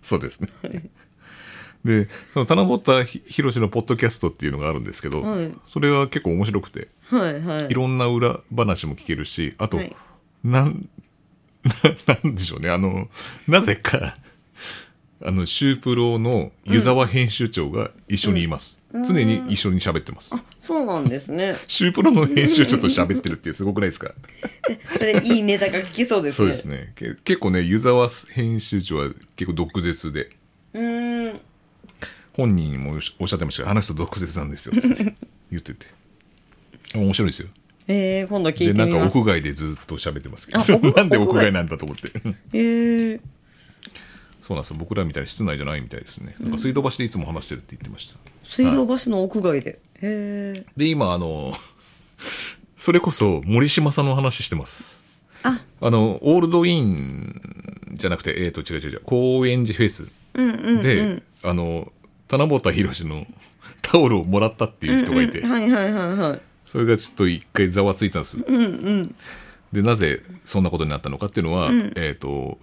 A: そうですね。で、その、田中田ひろしのポッドキャストっていうのがあるんですけど、
B: はい
A: それは結構面白くて、
B: はいはい
A: いろんな裏話も聞けるし、あと、
B: はい
A: なん、な、 <laughs> なんでしょうね、あの、なぜか、あの、シュープロの湯沢編集長が一緒にいます。常に一緒に喋ってます。
B: そうなんですね
A: シュープロの編集長と喋ってるってすごくないですか
B: それいいネタが聞きそうです
A: そう
B: ね
A: ですね。け結構ね、湯沢編集長は結構毒舌で、
B: うーん
A: 本人もおっしおっしゃってましたけどあの人毒舌なんですよ」
B: <laughs>
A: つって言ってて面白いですよ
B: えー、今度聞
A: で
B: いて
A: なん
B: み
A: か
B: ます
A: 屋外でずっと喋ってますけ
B: あ
A: ど
B: 屋
A: <laughs> なんで屋
B: 屋
A: 外
B: 外
A: なんだと思って
B: えー、
A: そうなんですよ僕らみたいに室内じゃないみたいですねなんか水道橋でいつも話してるって言ってました
B: 水道橋の屋外でへえ
A: で今あの <laughs> それこそ森島さんの話してます
B: あ
A: あのオールドインじゃなくてえっ、と違う違う違う高円寺フェス
B: うんうんうん
A: で、あの棚本宏のタオルをもらったっていう人がいて、
B: うんはいはいはいはい
A: それがちょっと一回ざわついたんですよ
B: うんうん
A: でなぜそんなことになったのかっていうのは、えっ、と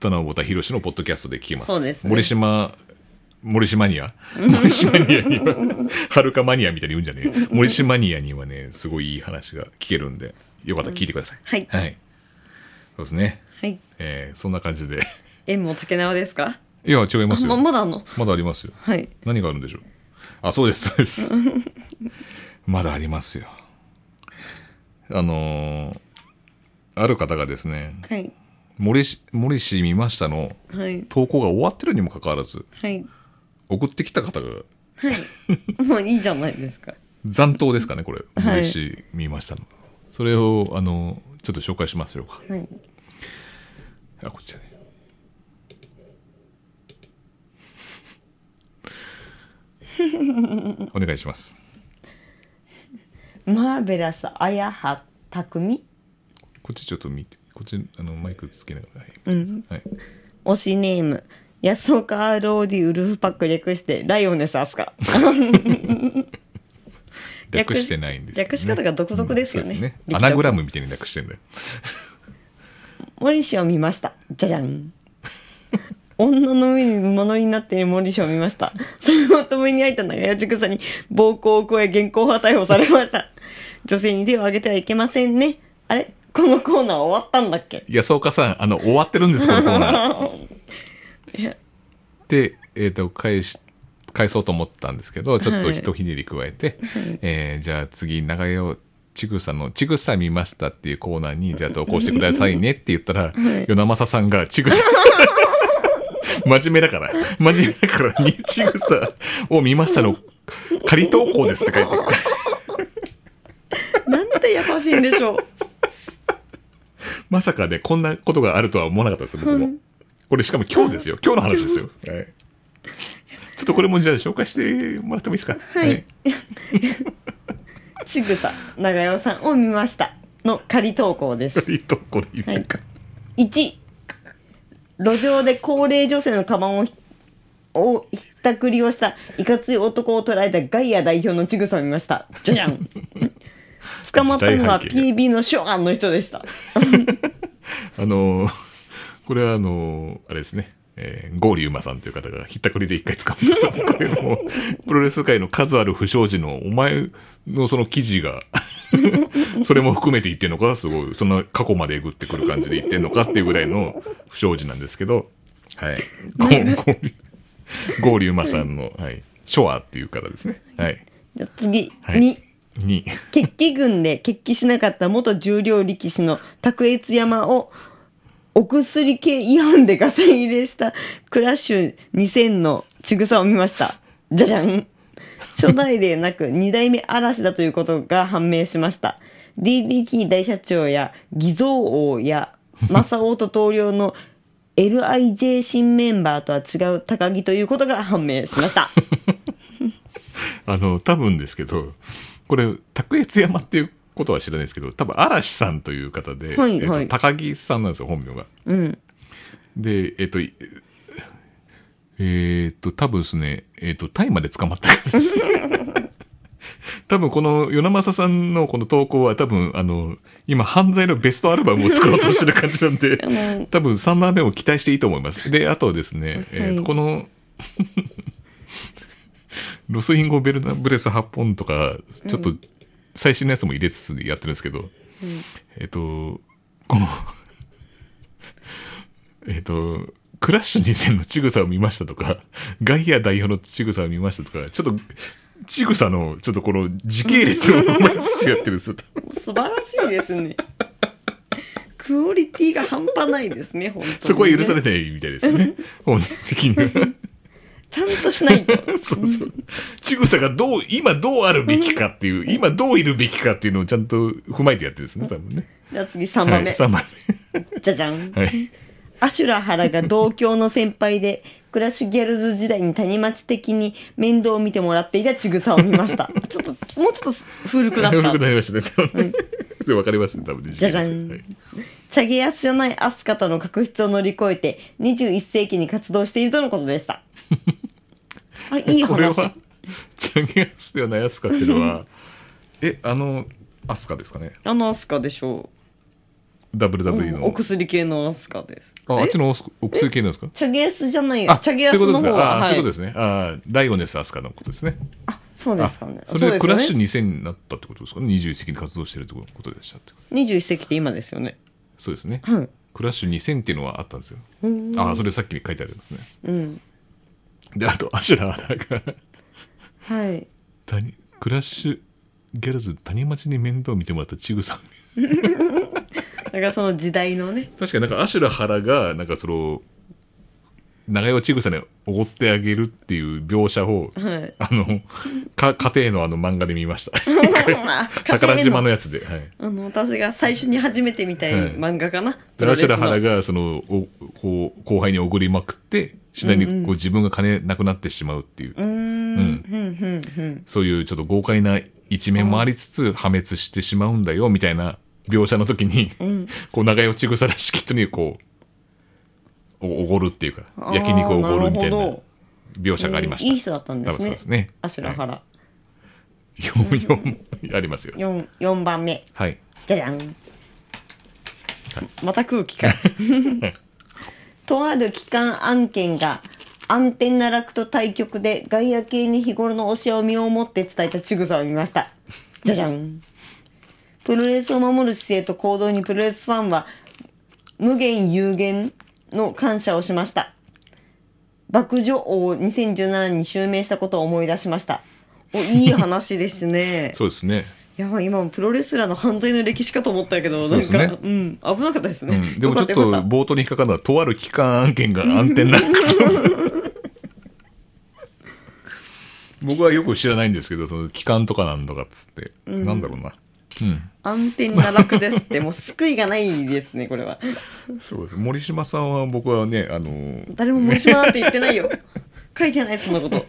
A: 田中田博のポッドキャストで聞きます
B: そうですね
A: 森島森島ニア森島ニアにははるかマニアみたいに言うんじゃねえ森島ニアにはねすごいいい話が聞けるんでよかったら聞いてください、
B: はい
A: はい、そうですね、
B: はい
A: えーそんな感じで
B: 縁も竹縄ですか
A: いや違いますよ
B: ままだあんの
A: まだありますよ
B: はい
A: 何があるんでしょうあそうですそうです
B: <laughs>
A: まだありますよあのーある方がですね
B: はい
A: 森し森氏見ましたの
B: はい
A: 投稿が終わってるにもかかわらず
B: はい <laughs>
A: 送ってきた方が
B: はいもういいじゃないですか
A: 残党ですかねこれ
B: はい
A: 森氏見ましたの、それをあのちょっと紹介しましょうか
B: はい
A: あこっち
B: <laughs>
A: だねお願いします
B: マーベラスあやはたくみ
A: こっちちょっと見てこっちあのマイクつけながらはい、
B: うん
A: はい、
B: 推しネーム安岡ローディウルフパック略してライオネスアスカ
A: 略してないんですけど
B: 略し方が独特ですよね
A: そう
B: 力道
A: アナグラムみたいに略してんだよ
B: モリシを見ましたじゃじゃん女の上に馬乗りになっているモリシを見ましたそれを止めに開いた長屋千草に暴行を加え現行犯逮捕されました女性に手を挙げてはいけませんねあれこのコーナー終わったんだっ <laughs> け
A: 安岡さんあの終わってるんですこのコーナー
B: いや
A: で、えー、と返し返そうと思ったんですけどちょっとひとひねり加えて、えーじゃあ次長屋をちぐさの「ちぐさ見ました」っていうコーナーに「じゃあ投稿してくださいね」って言ったら与那正さんが「ち
B: <laughs>
A: ぐさ」真面目だから真面目だからに「ちぐさを見ましたの仮投稿です」って書いて
B: なんて優しいんで <laughs> しょう
A: まさかね、こんなことがあるとは思わなかったです、僕も。これしかも今日ですよ。今日の話ですよ。はい。ちょっとこれもじゃあ紹介してもらってもいいですか。はい <laughs>
B: ちぐさ長屋さんを見ましたの仮投稿です
A: い。と、これ意味か。
B: 1路上で高齢女性のカバンをひをひったくりをしたいかつい男を捉えたガイア代表のちぐさを見ましたじゃじゃ
A: <laughs>
B: ん捕まったのは
A: 時代背景
B: PB のショアンの人でした
A: あのーこれはあのーあれですね。えー、ゴーリさんという方がひったくりで一回使ったこれもプロレス界の数ある不祥事のお前のその記事が <laughs> それも含めて言ってんのかすごいその過去までえぐってくる感じで言ってんのかっていうぐらいの不祥事なんですけどはいゴーゴーリュゴーリュウマさんの、はい、ショアっていう方ですねはい、
B: じゃあ次、
A: はい、
B: 2
A: に
B: 決起軍で決起しなかった元十両力士の卓越山をお薬系違反でガセ入れしたクラッシュ2000のちぐさを見ましたじゃじゃん初代でなく2代目嵐だということが判明しました DDT 大社長や偽造王や正雄と同僚の LIJ 新メンバーとは違う高木ということが判明しました
A: あの、多分ですけど、これ、卓越山っていうことは知らないですけど、多分嵐さんという方で、
B: はい
A: えっと
B: はい
A: 高木さんなんですよ、本名が。
B: うん
A: で、えっ、と、いえっ、と、多分ですね、えっ、と、タイまで捕まった方です。
B: <laughs>
A: 多分この与那正さんのこの投稿は多分あの今犯罪のベストアルバムを作ろうとしてる感じなんで
B: <laughs> もう
A: 多分3番目も期待していいと思いますであとですね、えー
B: は
A: と
B: い
A: この <laughs> ロスインゴ・ベルナブレス8本とかちょっと最新のやつも入れつつやってるんですけど、えっ、とこのえっとクラッシュ2000のちぐさを見ましたとか <laughs> ガイア代表のちぐさを見ましたとかちょっとちぐさのちょっとこの時系列を毎つやってるん
B: <laughs>
A: ですよ
B: 素晴らしいですね。クオリティが半端ないですね、本当にね、
A: そこは許されないみたいですよね本人的
B: <laughs>
A: には。
B: ちゃんとしないと。
A: そうそう。ちぐさがどう、今どうあるべきかっていう、今どういるべきかっていうのをちゃんと踏まえてやってるんですね、多分ね。
B: じゃあ次3
A: は
B: 番
A: い、
B: 目。
A: 3番
B: じゃじゃん。
A: 目。はい。
B: アシュラ原が同郷の先輩で、クラッシュギャルズ時代に谷町的に面倒を見てもらっていたちぐさを見ました。ちょっと、もうちょっと古
A: <laughs>
B: くなった
A: 古く。なりましたね、多分ね。 <laughs> でわかりますね、多分ね。
B: じゃじゃ
A: は
B: ん
A: い。
B: チャゲアスじゃないアスカとの確執を乗り越えて、21世紀に活動しているとのことで
A: <laughs>
B: した。あ、いい
A: これ
B: 話
A: は。、チャゲアスではないアスカっていうのは、 <laughs> え、あの、アスカですかね。
B: あのアスカでしょ
A: WWE
B: う。お
A: の。
B: 薬系のアスカです。
A: あ、あっちのおお薬系なんですか
B: チャゲアスじゃないよ
A: あ、
B: チャゲアス
A: そういう
B: の
A: こ
B: 方
A: とですか
B: は
A: あー、そう
B: い
A: いうことですね。あーライオネスアスカのことですね。
B: あそうで
A: あ
B: すかね
A: それでクラッシュ
B: に
A: 2000になったってことですかね。21世紀に活動してるってことでしたってこと
B: 21世紀って今ですよね
A: そうですね。
B: はい
A: クラッシュ2000っていうのはあったんですよ。ああ、それさっきに書いてありますね。
B: うん
A: で、あと、アシュラ・アラが
B: はい
A: 谷、クラッシュギャルズ、谷町に面倒見てもらったちぐさん。
B: だからその時代のね
A: 確かになんかアシュラハラがなんかその長与千草におごってあげるっていう描写を、
B: はい
A: あのか家庭のあの漫画で見ました
B: <laughs> 家庭 <laughs>
A: 宝
B: の
A: 島のやつで、はい、
B: あの私が最初に初めて見たい
A: はい
B: 漫画かな、プ
A: で
B: ロ
A: ア
B: レス
A: シュラハ
B: の
A: ラがそのおこう後輩におごりまくって次第にこう、自分が金なくなってしまうっていう、
B: うーんふんふんふん
A: そういうちょっと豪快な一面もありつつ破滅してしまうんだよみたいな描写の時に、 <laughs> こう長与千草らしき人にこうおおごるっていうか
B: あー
A: 焼肉をおごるみたい
B: な
A: な
B: るほ
A: 描写がありました、
B: いい人だったんですね
A: 多分そうですね
B: アシュラハ
A: は
B: ラ、
A: い、44ありますよ
B: 四四番目
A: はい
B: じゃじゃん、また空気
A: <laughs>
B: かとある機関案件が暗転奈落と対局で外野系に日頃の教えを身をもって伝えたちぐさを見ましたじゃじゃんプロレスを守る姿勢と行動にプロレスファンは無限有限の感謝をしました爆女王を2017に襲名したことを思い出しましたおいい話ですね
A: そうですね
B: いや今もプロレスラーの反対の歴史かと思ったけど、
A: そう
B: なん
A: ですね
B: か、うん、危なかったです
A: う
B: ね。
A: ん、でもちょっと
B: よかたよか
A: 冒頭に引っかかるのはとある機関案件が暗転な僕はよく知らないんですけどその機関とかなんとかっつって、なんだろうな
B: た暗転奈落ですって、もう救いがないですね、これは。
A: そうです森島さんは僕はねあのー
B: 誰も森島なんて言って
A: <laughs>
B: ないよ。書いてない、そんなこと。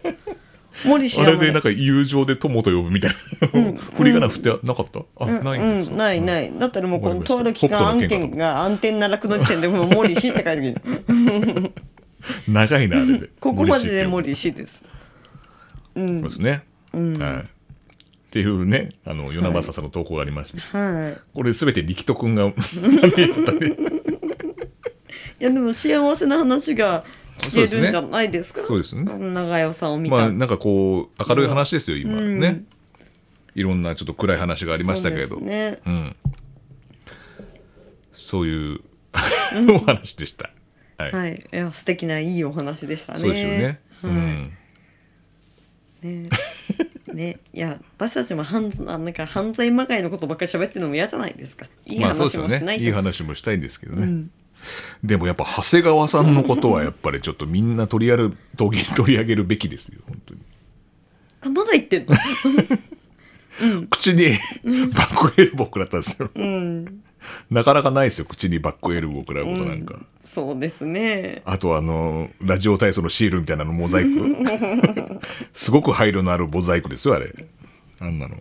B: 森島
A: あ
B: も
A: れでなんか友情で友と呼ぶみたいな <laughs> 振り仮名振ってなかったあ、ないんです
B: う
A: か
B: ん、ないない。だったらもうこ
A: わかり
B: の
A: ました
B: とある期間案件が暗転奈落の時点でもう森氏って書い
A: <laughs>
B: てある。
A: 長いなあれで
B: <laughs> ここまでで
A: 森氏って
B: 森氏です。
A: 呼ぶそうですね、はい、っていうねあの与那正さんの投稿がありまして、
B: はい。
A: これ全て力人君が
B: いやでも幸せな話が聞けるんじゃないですか。
A: そうですねそう
B: 長代さんを見た。
A: まあなんかこう明るい話ですよ今、ねいろんなちょっと暗い話がありましたけれど
B: そうですね。
A: うん、そういうお話でした、はい
B: はい、いや素敵ないいお話でしたね。
A: そうですよね、うん、
B: ね <laughs> ねいや私たちも犯あなんか犯罪まがいのことばっかり喋ってるのも嫌じゃないですか。いい
A: まあそう
B: 話
A: ですよ
B: もしな
A: ね
B: いと。
A: いい話もしたいんですけどね、でもやっぱ長谷川さんのことはやっぱりちょっとみんな取り上げる取り取り上げるべきですよ本当に
B: あまだ言ってんの。 <laughs>
A: 口にバックエルボー食らったんですよ、なかなかないですよ口にバックエルボー食らうことなんか、
B: そうですね。
A: あとあのラジオ体操のシールみたいなのモザイク <laughs> すごく配慮のあるモザイクですよあれあんなの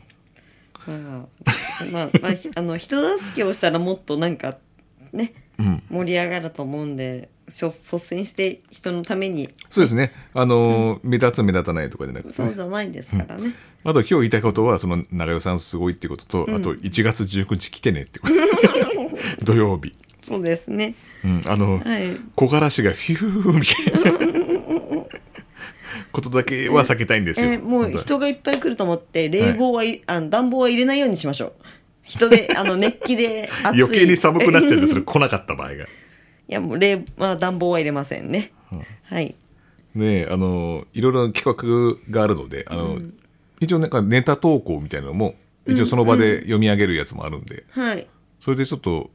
B: まあまあ、まあ、 <laughs> あの人助けをしたらもっとなんかね、盛り上がると思うんで。しょ率先して人のために
A: そうですねあの、目立つ目立たないとかじゃなくて、
B: そう
A: ね、
B: じゃないですからね。
A: あと今日言いたいことはその長代さんすごいってことと、あと1月19日来てねってこと <laughs> 土曜日、
B: そうですね。
A: うん、あの、
B: はい。
A: 木枯らしがヒューみたいな <laughs> ことだけは避けたいんですよ、
B: えーもう
A: 本当は
B: 人がいっぱい来ると思って冷房はい、あの暖房は入れないようにしましょう人で
A: <laughs>
B: あの熱気で暑い
A: 余計に寒くなっちゃうんです
B: い
A: それ来なかった場合が。
B: やもう冷、まあ、暖房は入れませんね、はい
A: ねえあのいろいろな企画があるのであの、一応なんかネタ投稿みたいなのも一応その場で読み上げるやつもあるんで、
B: はい
A: それでちょっと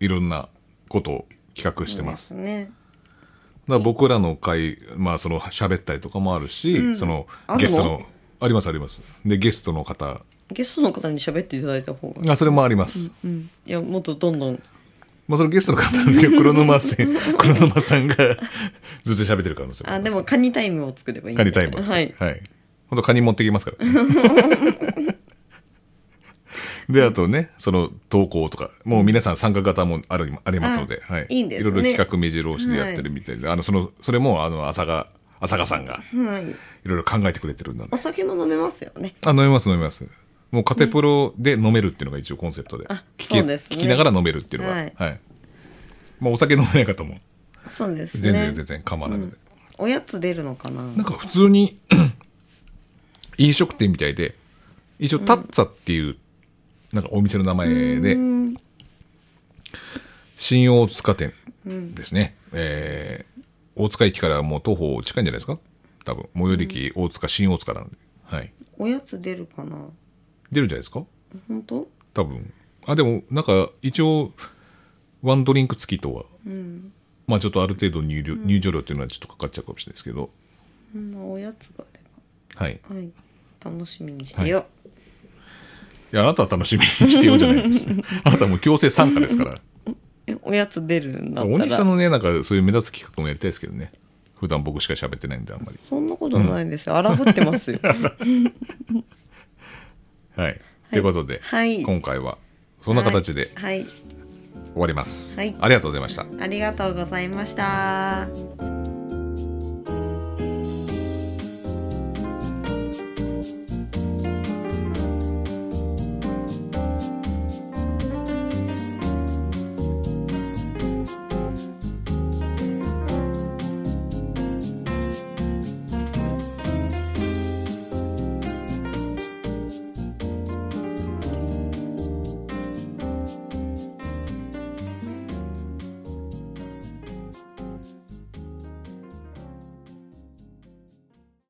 A: いろんなことを企画して
B: そう
A: ま。
B: ですすね
A: だから僕らの会まあその喋ったりとかもあるし、その
B: あるの
A: ゲストのありますあります。でゲストの方
B: ゲストの方に喋っていただいた方が、
A: あそれもあります。
B: うん、いやもっとどんどん
A: まあそのゲストの方で黒沼さん黒沼さんが <laughs> ずっと喋ってる可能性も
B: あ
A: り
B: で
A: ます
B: もカニタイムを作ればいいんだ
A: カニタイムを作
B: は
A: る
B: い
A: はい。本当カニ持ってきますから。
B: <laughs>
A: で、あとね、その投稿とか、もう皆さん参加型もあるありますので、
B: あ
A: はい。
B: いいんですね
A: ろいろ企画目白押しでやってるみたいで、あの、その、それも、あの、浅賀、浅賀さん
B: は
A: が、
B: い
A: いろいろ考えてくれてるんだね
B: お酒も飲めますよね
A: あ、飲めます飲めます。もうカテプロで飲めるっていうのが一応コンセプトで。
B: あ
A: 聞き
B: そうですね
A: 聞きながら飲めるっていうのが、
B: は
A: はいい。まあ、お酒飲めない方も、
B: そうですね
A: 全然全然構わないので。
B: おやつ出るのかな
A: なんか普通に <clears throat> 飲食店みたいで一応タッツァっていう、なんかお店の名前で新大塚店ですね、えー大塚駅からもう徒歩近いんじゃないですか多分最寄り駅大塚新大塚なので、はい、
B: おやつ出るかな
A: 出るんじゃないですか
B: 本当
A: 多分あでもなんか一応ワンドリンク付きとは、
B: うん、
A: まあちょっとある程度入,、入場料っていうのはちょっとかかっちゃうかもしれないですけど、
B: まあおやつがあれ
A: はい。
B: ばはい楽しみにしてよ、
A: いや、あなたは楽しみにしてようじゃない
B: <laughs>
A: です。あなたはもう強制参加ですから。
B: えおやつ出るんだっ
A: 大
B: た
A: 西さん
B: ら
A: のね、なんかそういう目立つ企画もやりたいですけどね。普段僕しか喋ってないんで、あんまり。
B: そんなことないですよ荒ぶってますよ
A: はい。ということで、
B: はい
A: 今回は <laughs> そんな形で
B: はい、はい
A: 終わります。
B: はい
A: ありがとうございました。
B: ありがとうございました。